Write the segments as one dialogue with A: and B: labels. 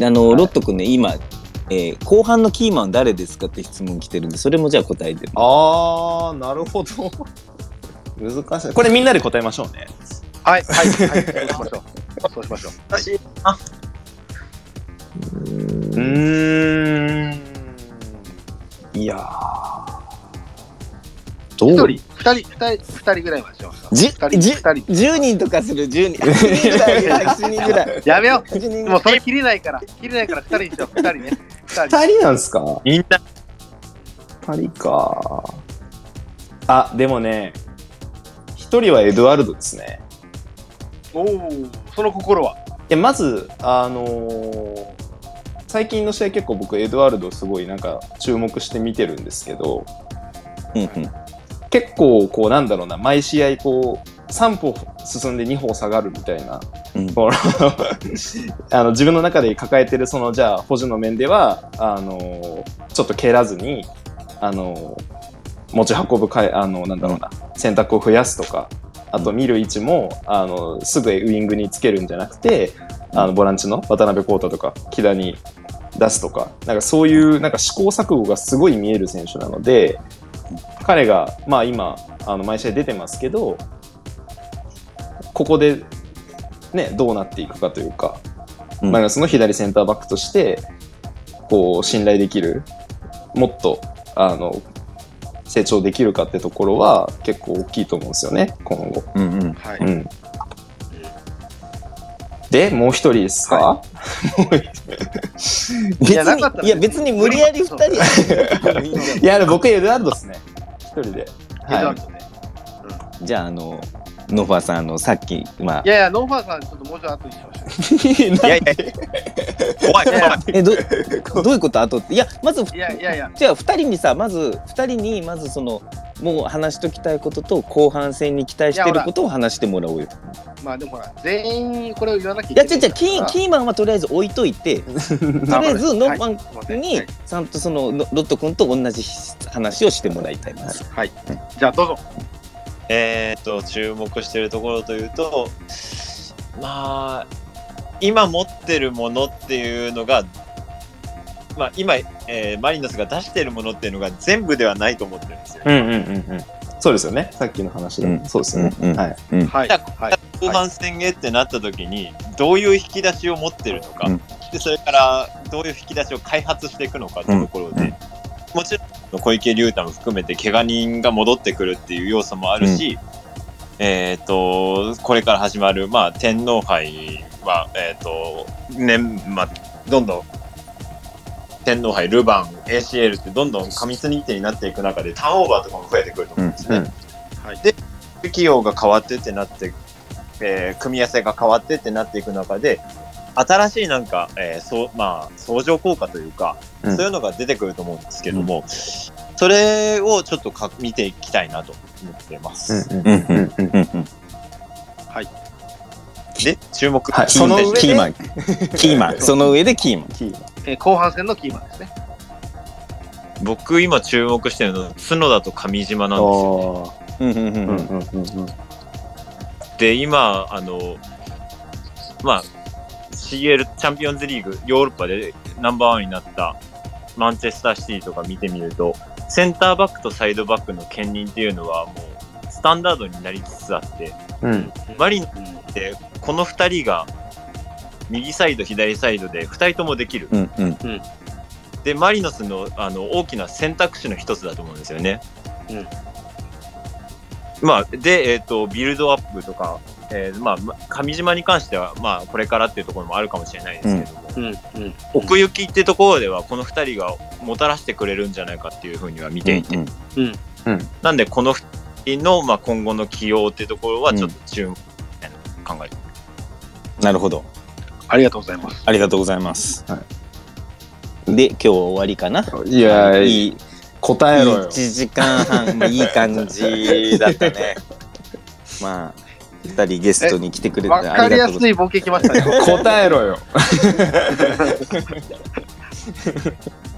A: あの、
B: はい
A: ロット君ね今、えー後半のキーマン誰ですかって質問来てるんでそれもじゃあ答えて
B: あー、なるほど。難しい。これみんなで答えましょうね。
C: はい、はい、はい、そうしましょう。そうしましょう。
D: 私、
B: うーん。いやー。ど
C: 一
B: う
C: 人、二人、二人、二人ぐらいまでしました。
A: じ
C: 二
A: じ
C: 人、二人。
A: 10人とかする10人8人 ぐらい8人ぐらい
C: やめよ
A: 8人
C: う。
A: ぐ
C: も
A: ら
C: うそれ切れないから、切れないから二人にしよう。二人ね。二人。
B: 二人なんですか
E: みんな、
B: 二人か。あ、でもね、一人はエドワルドですね。
C: おお、その心は。
B: いやまず、あのー最近の試合結構僕エドワルドすごいなんか注目して見てるんですけど
A: いうんうん
B: 結構こうなんだろうな毎試合こう3歩進んで2歩下がるみたいな、
A: うん
B: この あの自分の中で抱えてるそのじゃあ補助の面ではあのーちょっと蹴らずに、あのー持ち運ぶかいあのなんだろうな選択を増やすとかあと見る位置も、あのすぐウイングにつけるんじゃなくてあのボランチの渡辺康太とか木田に出すとかなんかそういうなんか試行錯誤がすごい見える選手なので彼が、まあ、今あの毎試合出てますけどここで、ね、どうなっていくかというか、
A: うん
B: マリノスの左センターバックとしてこう信頼できるもっとあの成長できるかってところは結構大きいと思うんですよね今後。
A: うんうん
C: はい。
B: うん、でもう一人ですか、
A: 別
C: いやなかったら
A: にいや別に無理やり2人やいいんだよ
B: い、やでも僕エドワルドですね一人で。
C: エドワ
B: は
C: ルドね。
A: じゃああのノファーさんあのさっきまあ
C: いやいや、ノーファーさん、ちょっともうちょい後にしましょう。
E: いやいやいや、怖い、怖い。
A: えどどういうことあとっていやまず
C: いやいやいや、
A: じゃあ2人にさまず2人にまずそのもう話しときたいことと後半戦に期待してることを話してもらおうよ
C: まあでもほら、全員これを言わなきゃい
A: い
C: け
A: や
C: ないか
A: 違う
C: ら。
A: 違うキーキーマンはとりあえず置いといてとりあえずノンマン
C: はい
A: に
C: はい
A: ちゃんとそのロロット君と同じ話をしてもらいたいです
C: じゃあどうぞ。
E: えーっと注目してるところというとまあ今持ってるものっていうのが、まあ、今、えーマリノスが出してるものっていうのが全部ではないと思ってるんですよ。
B: うんうんうんうん。そうですよね。さっきの話でも、
A: うん
B: そうですよね。
A: うんうん
B: はい。
C: はい。
E: じゃ
C: はい。
E: 後半戦へってなった時にどういう引き出しを持ってるのか、
A: うん
E: でそれからどういう引き出しを開発していくのかっていうところで、
A: うんうん
E: もちろん小池龍太も含めて怪我人が戻ってくるっていう要素もあるし、えっ、とこれから始まる、まあ、天皇杯はえっ、と年まあ、どんどん天皇杯ルヴァン ACL ってどんどん過密日程になっていく中でターンオーバーとかも増えてくると思うんですね。
A: うんう
C: はい
E: で企業が変わってってなって、えー組み合わせが変わってってなっていく中で新しいなんか、えーそうまあ、相乗効果というか、
B: うん
E: そういうのが出てくると思うんですけども、それをちょっとか見ていきたいなと思ってます。
B: う
A: う
B: ん
A: んうん
B: うん。
A: うんうん
E: で注目、
B: はい
A: キー
B: その
A: マ
B: 上
A: ン
B: で
A: キーマン キーマンその上でキーマン
B: キーマン
C: えー後半戦のキーマンですね。
E: 僕今注目してるのは角田と上島なんですよ。
B: あ
A: うんうん
B: ー
A: う
B: うんん
A: う
B: うんうんうん。
E: で今あのまあ CL チャンピオンズリーグヨーロッパでナンバーワンになったマンチェスターシティとか見てみるとセンターバックとサイドバックの兼任っていうのはもうスタンダードになりつつあって
B: うん
E: マリン
C: うん
E: でこの2人が右サイド左サイドで2人ともできる
A: んうん
E: でマリノスのあの大きな選択肢の一つだと思うんですよね。
C: うん
E: まあ、で、えー、とビルドアップとか、えーまあ、ま上島に関しては、まあ、これからっていうところもあるかもしれないですけども、
C: うんうん。
E: 奥行きってところではこの2人がもたらしてくれるんじゃないかっていうふうには見ていて、
A: うん
E: なんでこの2人の、まあ、今後の起用っていうところはちょっと注目したいなと考えてます
A: なるほど
C: ありがとうございます。
A: ありがとうございます
B: は
A: で今日終わりかない
B: やー
A: いい
B: 答えろよ。
A: 1時間半まあいい感じだった ねまあ2人ゲストに来てくれて
C: わ
A: あ
C: か
A: り
C: り
A: が
C: や
A: とうご
C: す
A: ざい
C: いボケきましたね。
B: 答えろよ。
A: ます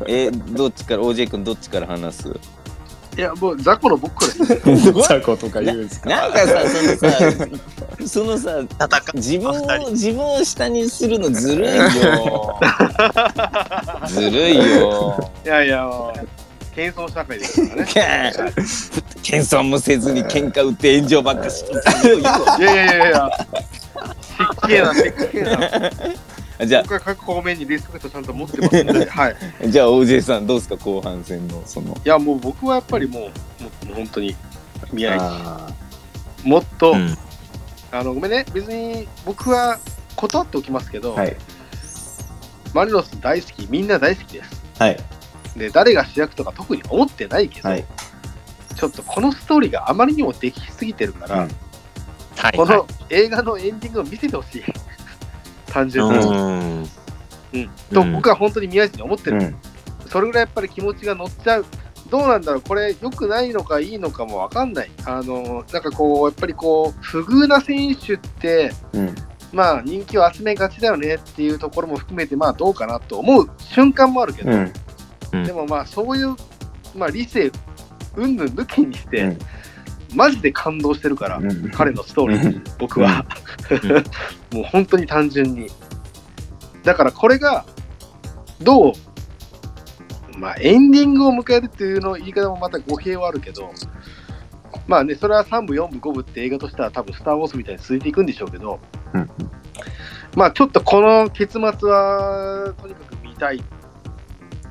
A: えどっちから OJ 君どっちから話す
C: いや、もう雑魚の僕これ。
B: 雑魚とか言うんですか
A: なんかさ、 そのさ、そのさ、
E: 戦
A: 自分
E: あ
A: を、
E: 二人
A: 自分を下にするのずるいよ。ずるいよ。
C: いやいや、もう謙遜社会で すからね。
A: 謙遜もせずに喧嘩売って炎上ばっかしとってよ
C: いやいやいやいや。失敬な、失敬な。
A: じゃ
C: 僕は各方面にリスペクトちゃんと持ってますんで。はい。
A: あ、じゃあ OJ さんどうですか後半戦のその。
C: いや、もう僕はやっぱりもう、もうもう本当に、宮城、
B: あ
C: もっと、
E: うん
C: あの、ごめんね、別に僕は断っておきますけど、
B: ーはい
C: マリノス大好き、みんな大好きです。
B: はい
C: で、誰が主役とか特に思ってないけど、
B: はい
C: ちょっとこのストーリーがあまりにもできすぎてるから、
B: うん
E: はい
C: こ
E: はい
C: の映画のエンディングを見せてほしい。単純に。
E: うん
C: うん、と、僕は本当に宮治に思ってる、
B: うん
C: それぐらいやっぱり気持ちが乗っちゃう。どうなんだろうこれ良くないのかいいのかもわかんない。あの、なんかこう、やっぱりこう、不遇な選手って、
B: うん
C: まあ人気を集めがちだよねっていうところも含めて、まあどうかなと思う瞬間もあるけど、
B: うん
E: うん
C: でもまあそういう、まあ理性、うんぬん抜きにして、
B: うん
C: マジで感動してるから、
B: うん
C: 彼のストーリー、
B: うん
C: 僕は。もう本当に単純に。だからこれが、どう、まあエンディングを迎えるっていうの言い方もまた語弊はあるけど、まあね、それは3部、4部、5部って映画としては多分スター・ウォーズみたいに続いていくんでしょうけど、
B: うん
C: まあちょっとこの結末はとにかく見たいっ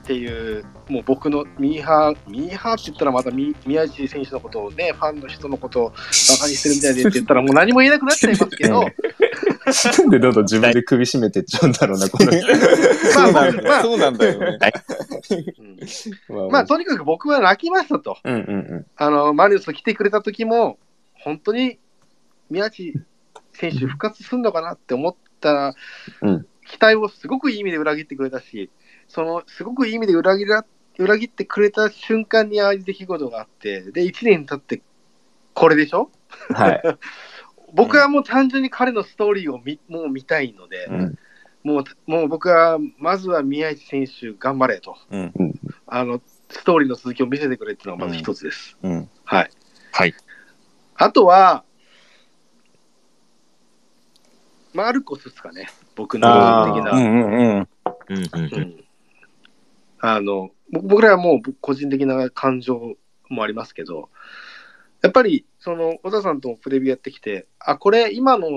C: ていう、もう僕のミーハー、ミーハーって言ったらまたミ宮市選手のことをね、ファンの人のことをバカにしてるみたいでって言ったらもう何も言えなくなっちゃいますけど、
B: なんでどんどん自分で首絞めてっちゃうんだろうなこの人
C: まあまあ
A: そうなんだよそうなんだよね。
C: うんま
B: ま
C: あとにかく僕は泣きましたと。
B: うんうんうん
C: あの、マリウス来てくれた時も、本当に宮地選手復活すんのかなって思った、
B: うん
C: 期待をすごくいい意味で裏切ってくれたし、その、すごくいい意味で裏切ら裏切ってくれた瞬間にああいう出来事があって、で、1年経ってこれでしょ
B: はい
C: 僕はもう単純に彼のストーリーを見もう見たいので、
B: うん
C: もうもう僕はまずは宮市選手頑張れと、
A: うん
B: うん
C: あのストーリーの続きを見せてくれっていうのがまず一つです。
A: うん。
C: はい、
E: はい、
C: あとは、マルコスですかね、僕の
B: あー
C: 個人的
A: う
C: な。
A: んうんうん。
E: うんうん
C: う
E: うん
C: んあのぼ僕らはもう個人的な感情もありますけど、やっぱりその小田さんともプレビューやってきて、あ、これ今の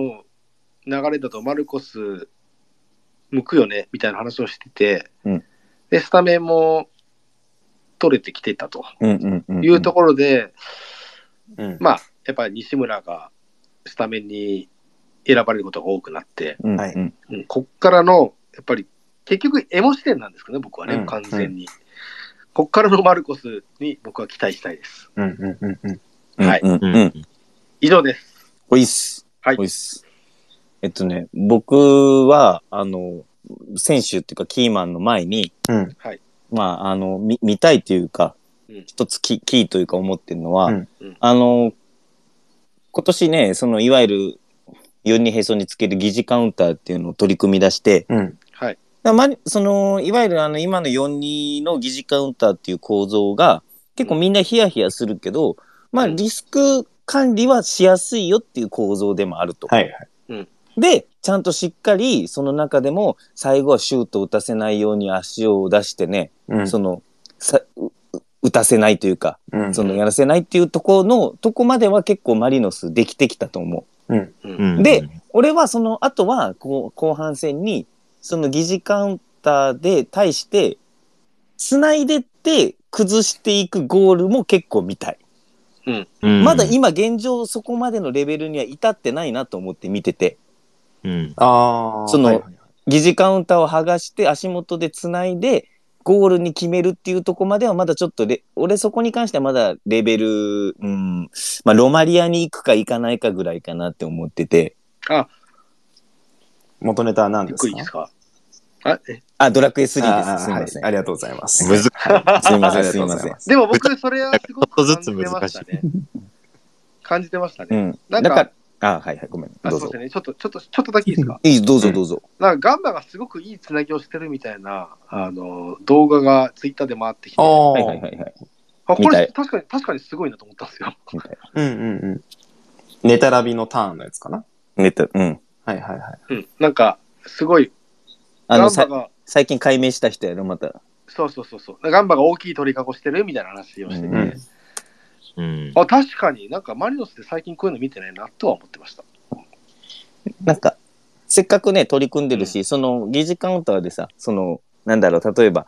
C: 流れだとマルコス向くよねみたいな話をしてて、
A: うん
C: で、スタメンも取れてきてたと
A: うんうんうん。
C: いうところで、
B: うん
C: まあ、やっぱり西村がスタメンに選ばれることが多くなって、
A: うんうん。
B: はい
C: うんこっからの、やっぱり、結局、エモ視点なんですかね、僕はね、
B: うん
C: 完全に。こっからのマルコスに僕は期待したいです。
B: うんうんうんうん
C: はい
A: うん
E: う
A: うんん
E: う
A: うんん。
C: 以上です。
A: おいっす。
C: はい
A: おいっす。えっとね、僕は、あの、選手っていうかキーマンの前に、
B: うん
C: はい
A: まあ、あの、見見たいというか
C: うん、
A: 一つキキーというか思ってるのは、
B: うん
C: うん
A: あの、今年ね、その、いわゆる、4にへそにつける疑似カウンターっていうのを取り組み出して、
B: うん
C: はい。
A: だまそのいわゆるあの今の42の疑似カウンターっていう構造が結構みんなヒヤヒヤするけど、まあ
C: うん
A: リスク管理はしやすいよっていう構造でもあると。
B: はいはい
A: でちゃんとしっかりその中でも最後はシュートを打たせないように足を出してね、
B: うん
A: そのさうう打たせないというか、
B: うん
A: そのやらせないっていうところのとこまでは結構マリノスできてきたと思う。
E: うん
A: で、俺はその後はこう後半戦にその疑似カウンターで対して繋いでって崩していくゴールも結構見たい、
E: うん
A: まだ今現状そこまでのレベルには至ってないなと思って見てて
E: うん
B: ああ
A: その
B: はいはい
A: 疑似カウンターを剥がして足元で繋いでゴールに決めるっていうとこまではまだちょっとレ俺そこに関してはまだレベルうんまあロマリアに行くか行かないかぐらいかなって思ってて
B: 元ネタは何
C: ゆっ
B: で
C: く
B: す
C: りいい
B: か
C: ですかあえ
A: あドラクエ
B: あ
A: 3で
B: ー
A: すすいません、
B: はいありがとうございます
E: むず
A: すいませ
B: あ
A: ん
B: りが
A: す
B: と
A: いう
B: ご
A: ま
B: ざ
A: せ
B: い
A: ん
B: ます
C: でも僕、それはすごく感じてましたね。感じてました
A: う
C: ね。
A: ん。
C: な
A: だ
C: んか
A: から、あ、はいはい、ごめん。
C: あ
A: ど
C: そう
A: うぞ
C: です。ね。ちょっと、ちょっと、ちょっとだけいいですか。
A: いい、どうぞどうぞ。
C: なんかガンバがすごくいいつなぎをしてるみたいな、あの、動画がツイッターで回ってきて、
B: ああ
A: はいはいはいはい。
C: あこ
A: みた
C: れ
A: い
C: 確かに確かにすごいなと思ったんですよ。
A: みたい
B: うんうんうん。ネタラビのターンのやつかな。
A: な。ネタ、うん。
B: はいはいはい。
C: うん、なんかすごい
A: あ
C: ガ
A: の、
C: ンバ
A: さ
C: が
A: 最近解明した人やろ、また。
C: そうそうそうそうガンバが大きい鳥かごしてるみたいな話をしてて、
A: うん
E: うん。
C: あ確かになんかマリノスで最近こういうの見てないなとは思ってました。
A: なんか、せっかくね、取り組んでるし、その、疑似カウンターでさ、その、なんだろう、例えば、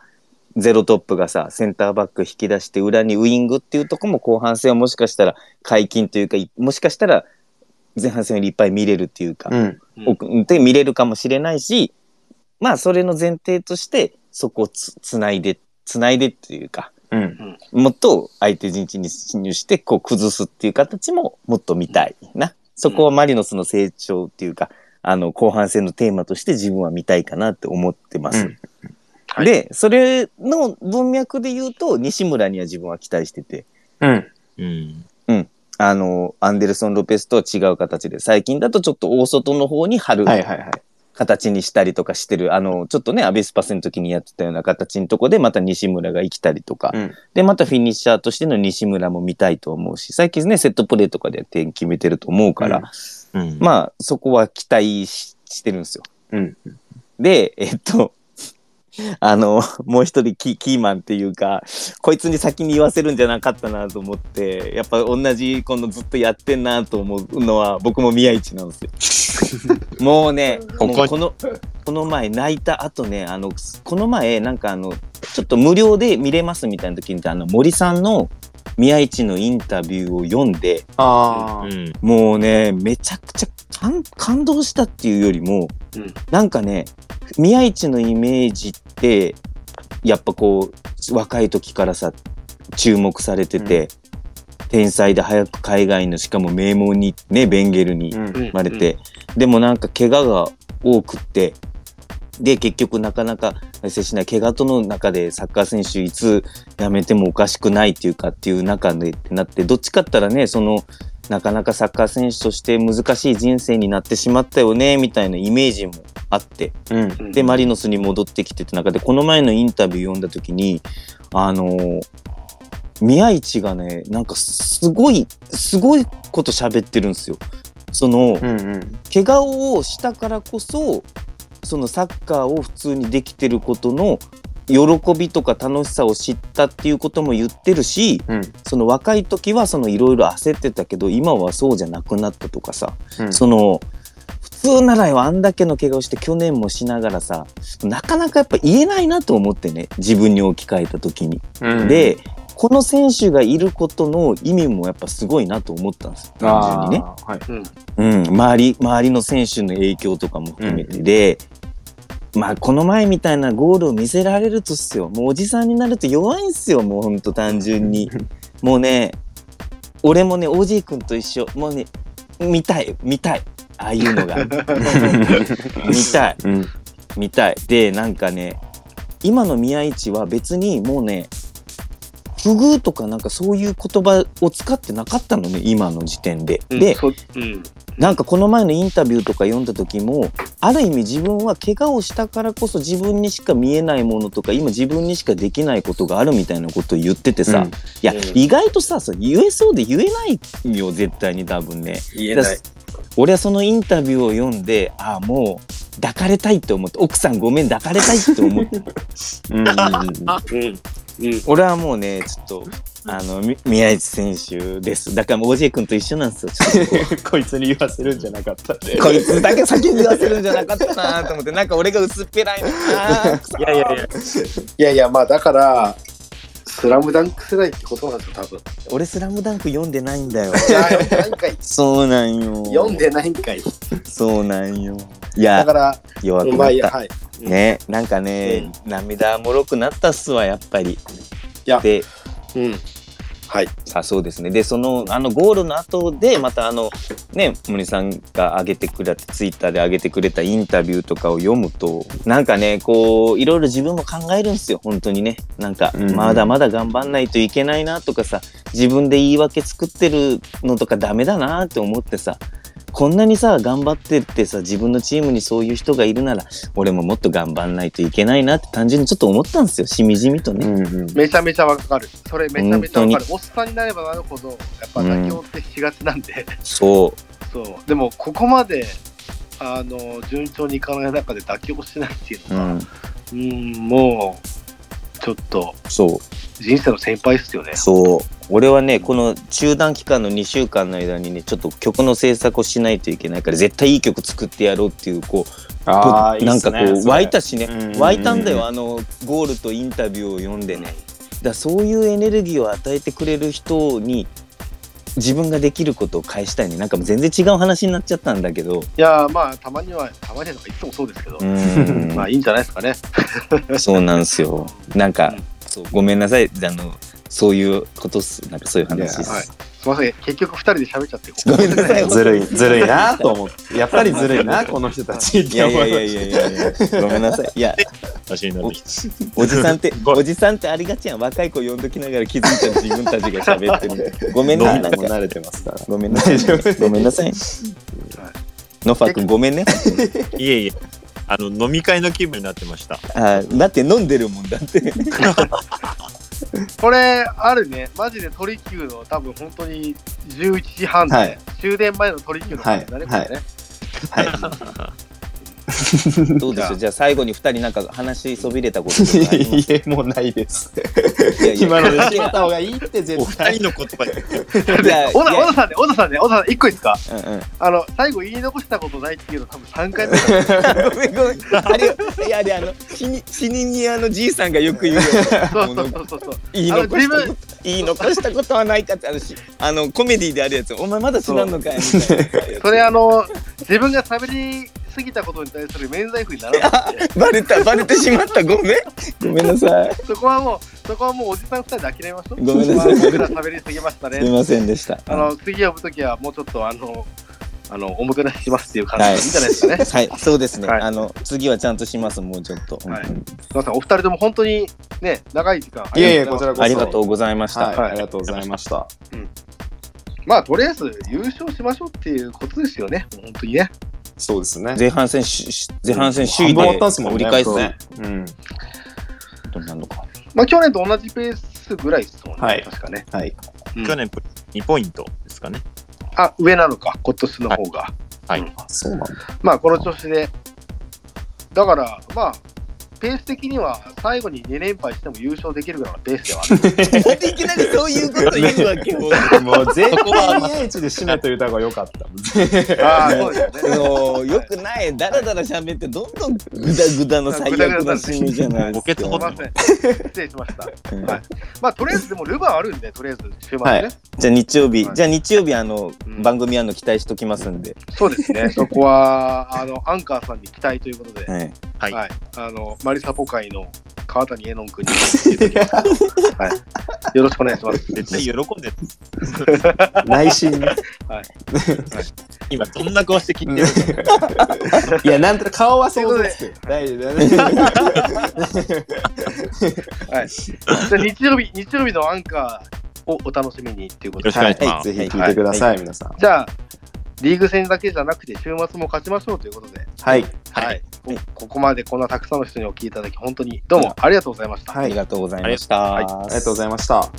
A: ゼロトップがさ、センターバック引き出して、裏にウイングっていうとこも後半戦はもしかしたら解禁というか、いもしかしたら前半戦よりいっぱい見れるっていうか、
B: うん。
A: 送って見れるかもしれないし、まあ、それの前提として、そこをつつないで、つないでっていうか、
B: うん。
A: もっと相手陣地に侵入して、こう崩すっていう形ももっと見たいな。そこはマリノスの成長っていうか、あの、後半戦のテーマとして自分は見たいかなって思ってます。
B: うん
C: はい
A: で、それの文脈で言うと、西村には自分は期待してて、
B: うん。
E: うん。
A: あの、アンデルソン・ロペスとは違う形で、最近だとちょっと大外の方に張る
B: はいはいはい。
A: 形にしたりとかしてる、あの、ちょっとね、アベスパスの時にやってたような形のとこで、また西村が生きたりとか、
B: うん
A: で、またフィニッシャーとしての西村も見たいと思うし、最近ね、セットプレーとかで点決めてると思うから、
B: うん
E: うん。
A: まあ、そこは期待ししてるんですよ。
B: うん。
A: で、えっと、 あの、もう一人キキーマンっていうか、こいつに先に言わせるんじゃなかったなと思って、やっぱ同じこのずっとやってんなと思うのは、僕も宮市なんですよ。 もうね、
E: ここ
A: もうこの、この前泣いた後ね、あの、この前なんかあの、ちょっと無料で見れますみたいな時に、あの、森さんの宮市のインタビューを読んで、
B: ああ
E: う。ん。
A: もうね、めちゃくちゃ感感動したっていうよりも、
C: うん
A: なんかね、宮市のイメージって、やっぱこう、若い時からさ、注目されてて、天才で早く海外の、しかも名門に、ね、ベンゲルに
B: う
A: 生
B: ん。
A: まれて、でもなんか怪我が多くって、で、結局なかなか接しない怪我との中でサッカー選手いつ辞めてもおかしくないっていうかっていう中でってなって、どっちかって言ったらね、その、なかなかサッカー選手として難しい人生になってしまったよね、みたいなイメージもあって、
B: うん。
C: うん
A: で、マリノスに戻ってきてって中で、この前のインタビュー読んだ時に、あのー宮市がね、なんかすごい、すごいこと喋ってるんですよ。その、
B: うん。うん。
A: 怪我をしたからこそそのサッカーを普通にできてることの喜びとか楽しさを知ったっていうことも言ってるし
B: うん。
A: その若い時はそのいろいろ焦ってたけど今はそうじゃなくなったとかさ
B: うん。
A: その普通ならよあんだけの怪我をして去年もしながらさなかなかやっぱ言えないなと思ってね自分に置き換えた時に。
B: うん、
A: でこの選手がいることの意味もやっぱすごいなと思ったんです単純にね。
B: あーはい。
A: うん、周り周りの選手の影響とかも含めてで、まあこの前みたいなゴールを見せられるとっすよもうおじさんになると弱いんすよもうほんと単純にもうね俺もね OG 君と一緒もうね見たい見たいああいうの が見たい
B: うん。
A: 見たいでなんかね今の宮市は別にもうね不遇とかなんかそういう言葉を使ってなかったのね今の時点で。
C: うん
A: で、
C: そうん
A: なんかこの前のインタビューとか読んだ時もある意味自分は怪我をしたからこそ自分にしか見えないものとか今自分にしかできないことがあるみたいなことを言っててさ、
B: うん
A: いや、
C: うん
A: 意外とさそう言えそうで言えないよ絶対に多分ね。
C: 言え
A: だから俺はそのインタビューを読んでああもう抱かれたいって思って奥さんごめん抱かれたいって思って
B: うん。
C: うんうん
A: 俺はもうねちょっとあのみ宮市選手ですだからもう OJ 君と一緒なんですよちょっと
B: こいつに言わせるんじゃなかったって。
A: こいつだけ先に言わせるんじゃなかったなと思ってなんか俺が薄っぺらいなくそ
E: いやいやいや。
C: いやいやまあだから「スラムダンク世代ってことなんですよ 多分。
A: 俺「スラムダンク読んでないんだよ
C: じゃあ読んでないんかい
A: そうなんよ
C: 読んでないんかい
A: そうなんよい
C: だ
A: や
C: から
A: 弱く
C: ま
A: な
C: あ
A: っ
C: いいや
A: た
C: はい。
A: ねなんかね、涙もろくなったっすわやっぱり
C: や
A: で
C: うんはい。
A: あそうですねでそのあのゴールの後でまたあのね森さんが上げてくれたツイッターで上げてくれたインタビューとかを読むとなんかねこういろいろ自分も考えるんですよ本当にねなんか
B: うん
A: まだまだ頑張んないといけないなとかさ自分で言い訳作ってるのとかダメだなって思ってさこんなにさ頑張ってってさ自分のチームにそういう人がいるなら俺ももっと頑張んないといけないなって単純にちょっと思ったんですよしみじみとね。
C: めちゃめちゃわかる。それめちゃめちゃわかる。おっさんになればなるほど、やっぱ妥協ってしがちなんで、
A: そう
C: そう。でも、ここまで、あの、順調にいかない中で妥協しないっていう
A: う
C: のは、
A: ん、
C: うん、もう、ちょっと、
A: そう
C: 人生の先輩ですよね。
A: そう俺はねこの中断期間の2週間の間にねちょっと曲の制作をしないといけないから絶対いい曲作ってやろうっていうこう
B: あー
A: なんかこ
B: いいっすね
A: う
B: それ
A: 湧いたしね
B: うん
A: 湧いたんだよあのゴールとインタビューを読んでね。だからそういうエネルギーを与えてくれる人に自分ができることを返したいねなんかもう全然違う話になっちゃったんだけど。
C: いやー、まあ、たまには、たまにはとかいつもそうですけど、
A: うん
C: まあ、いいんじゃないですかね。
A: そうなんですよ。なんか、
C: うん
A: そうごめんなさい。あの、そういうことっす。なんかそういう話です。
B: いや
C: はいすいません、結局2人で喋っちゃって、
A: ごめんなさい。
B: ずるい、ずるいなと思って、やっぱりずるいな、この人たちっ
A: い
B: て
A: や
B: 思
A: い
B: いま
A: や
B: し
A: い
B: た
A: やいやいやいやごめんなさい。いや、
E: 私になってきた。
A: おじさんって、おじさんってありがちやん。若い子呼んどきながら気づいたら自分たちが喋ってる。ごめんな、なん
B: もう
A: か。
B: 慣れてますから。
A: ごめんなさい
B: 大丈夫。
A: ごめんなさい。ノファ君ごめんね。
E: いえいえ。あの飲み会の気分になってました。
A: あーだって飲んでるもんだって。
C: これ、あるね、マジで鳥級の、多分本当に11時半で、
B: はい
C: 終電前の鳥級の感じだね、
B: はい
C: これね。
B: はい。
A: どうでしょう。じゃあ最後に二人なんか話しそびれたこととかあります
B: いえ、もうないです。
A: いやいや
B: 今ので締めた方がいいって
E: お
B: 絶
E: 二
B: 対。
E: 人の言葉で
A: いや
C: 小田小田さんね、小田さんね、小田さん、1個いいですか
A: うんうん
C: あの、最後言い残したことないっていうの多分3回目 だ
A: ごめんごめん。あれよいやであの死に死に際のじいさんがよく言うよ。
C: そうそうそうそうそう。
A: 言い
C: あの
A: 残
C: 自
A: した
C: 分
A: こと言い残したことはないかってあるし、あのコメディであるやつ、お前まだ死なんのかいみたいな。
C: それあの自分が喋りすぎたことに対する免罪符にならなくて
A: バレたバレてしまった。ごめん。ごめんなさい。
C: そこはもうそこはもうおじさん2人で諦めましょう
A: ごめんなさい
C: まあ僕ら喋りすぎました
A: すい
C: ね
A: ませんでした。
C: あの次呼ぶときはもうちょっとあのあのおもてなししますっていう感じでいいんじゃないですかね、
A: はい、そうですね。
C: はい
A: あの次はちゃんとします。もうちょっと。
C: はい
A: 本当に
C: すいませんお二人とも本当にね長い時間
B: いやいや、こちらこそ。
A: ありがとうございました。
B: はい、ありがとうございました。
C: まあとりあえず優勝しましょうっていうことですよね本当にね
B: そうですね。
A: 前半戦しし前半戦首位
B: 半分終わ
A: で
B: ったんすもんね
A: 折り返す
B: ね
A: ね。。
B: うん。
A: ことになるのか。
C: まあ去年と同じペースぐらいですもんね、
B: はい
C: 確かね
B: はい。
C: うん
E: 去年2ポイントですかね。
C: あ上なのか今年の方が、
B: あ、そうなんだ。
C: まあこの調子で、だから、まあ、ペース的には最後に2連敗しても優勝できるぐらいのペースではあ る。
A: なんでいきなりそういうこと言うわけ。
B: もう全体に H で締めといた方が良かった。
C: ああ、そうですよね。
A: そのよくない、だらだら喋って、どんどんぐだぐだの最悪の趣味じゃないです
E: ボケ
A: か
E: ツ
C: す
E: 掘
C: み
E: って
C: ません。失礼しました。はいまあ、とりあえず、でも、ルヴァンあるんで、とりあえず、週末ね。
B: はい
A: じゃあ日曜日、
C: はい
A: じゃあ日曜日あの、
C: うん
A: 番組あの期待しときますんで、
C: そうです ね。そこは、あの、アンカーさんに期待ということで、
A: はい、
E: はい
C: はい。あの、マリサポ会の川谷絵音君に聞いていただき ます、はい。よろしくお願いします。
E: 絶対喜んでる。
B: 内心ね。
E: 今どんな顔して聞いてる
B: いや、なんとなく顔は想像ですけど。大丈夫、大丈夫。
C: はい。じゃあ日曜日、日曜日のアンカーをお楽しみにっていうことで。
E: よろしくお願いします
A: はい、
B: ぜひ聞いてください、皆さん。
C: じゃあ、リーグ戦だけじゃなくて、週末も勝ちましょうということで、
B: はい。
E: はい
C: こここまでこんなたくさんの人にお聞きいただき、本当にどうもありがとうございました。
A: はい、ありがとうございました。
B: ありがとうございました。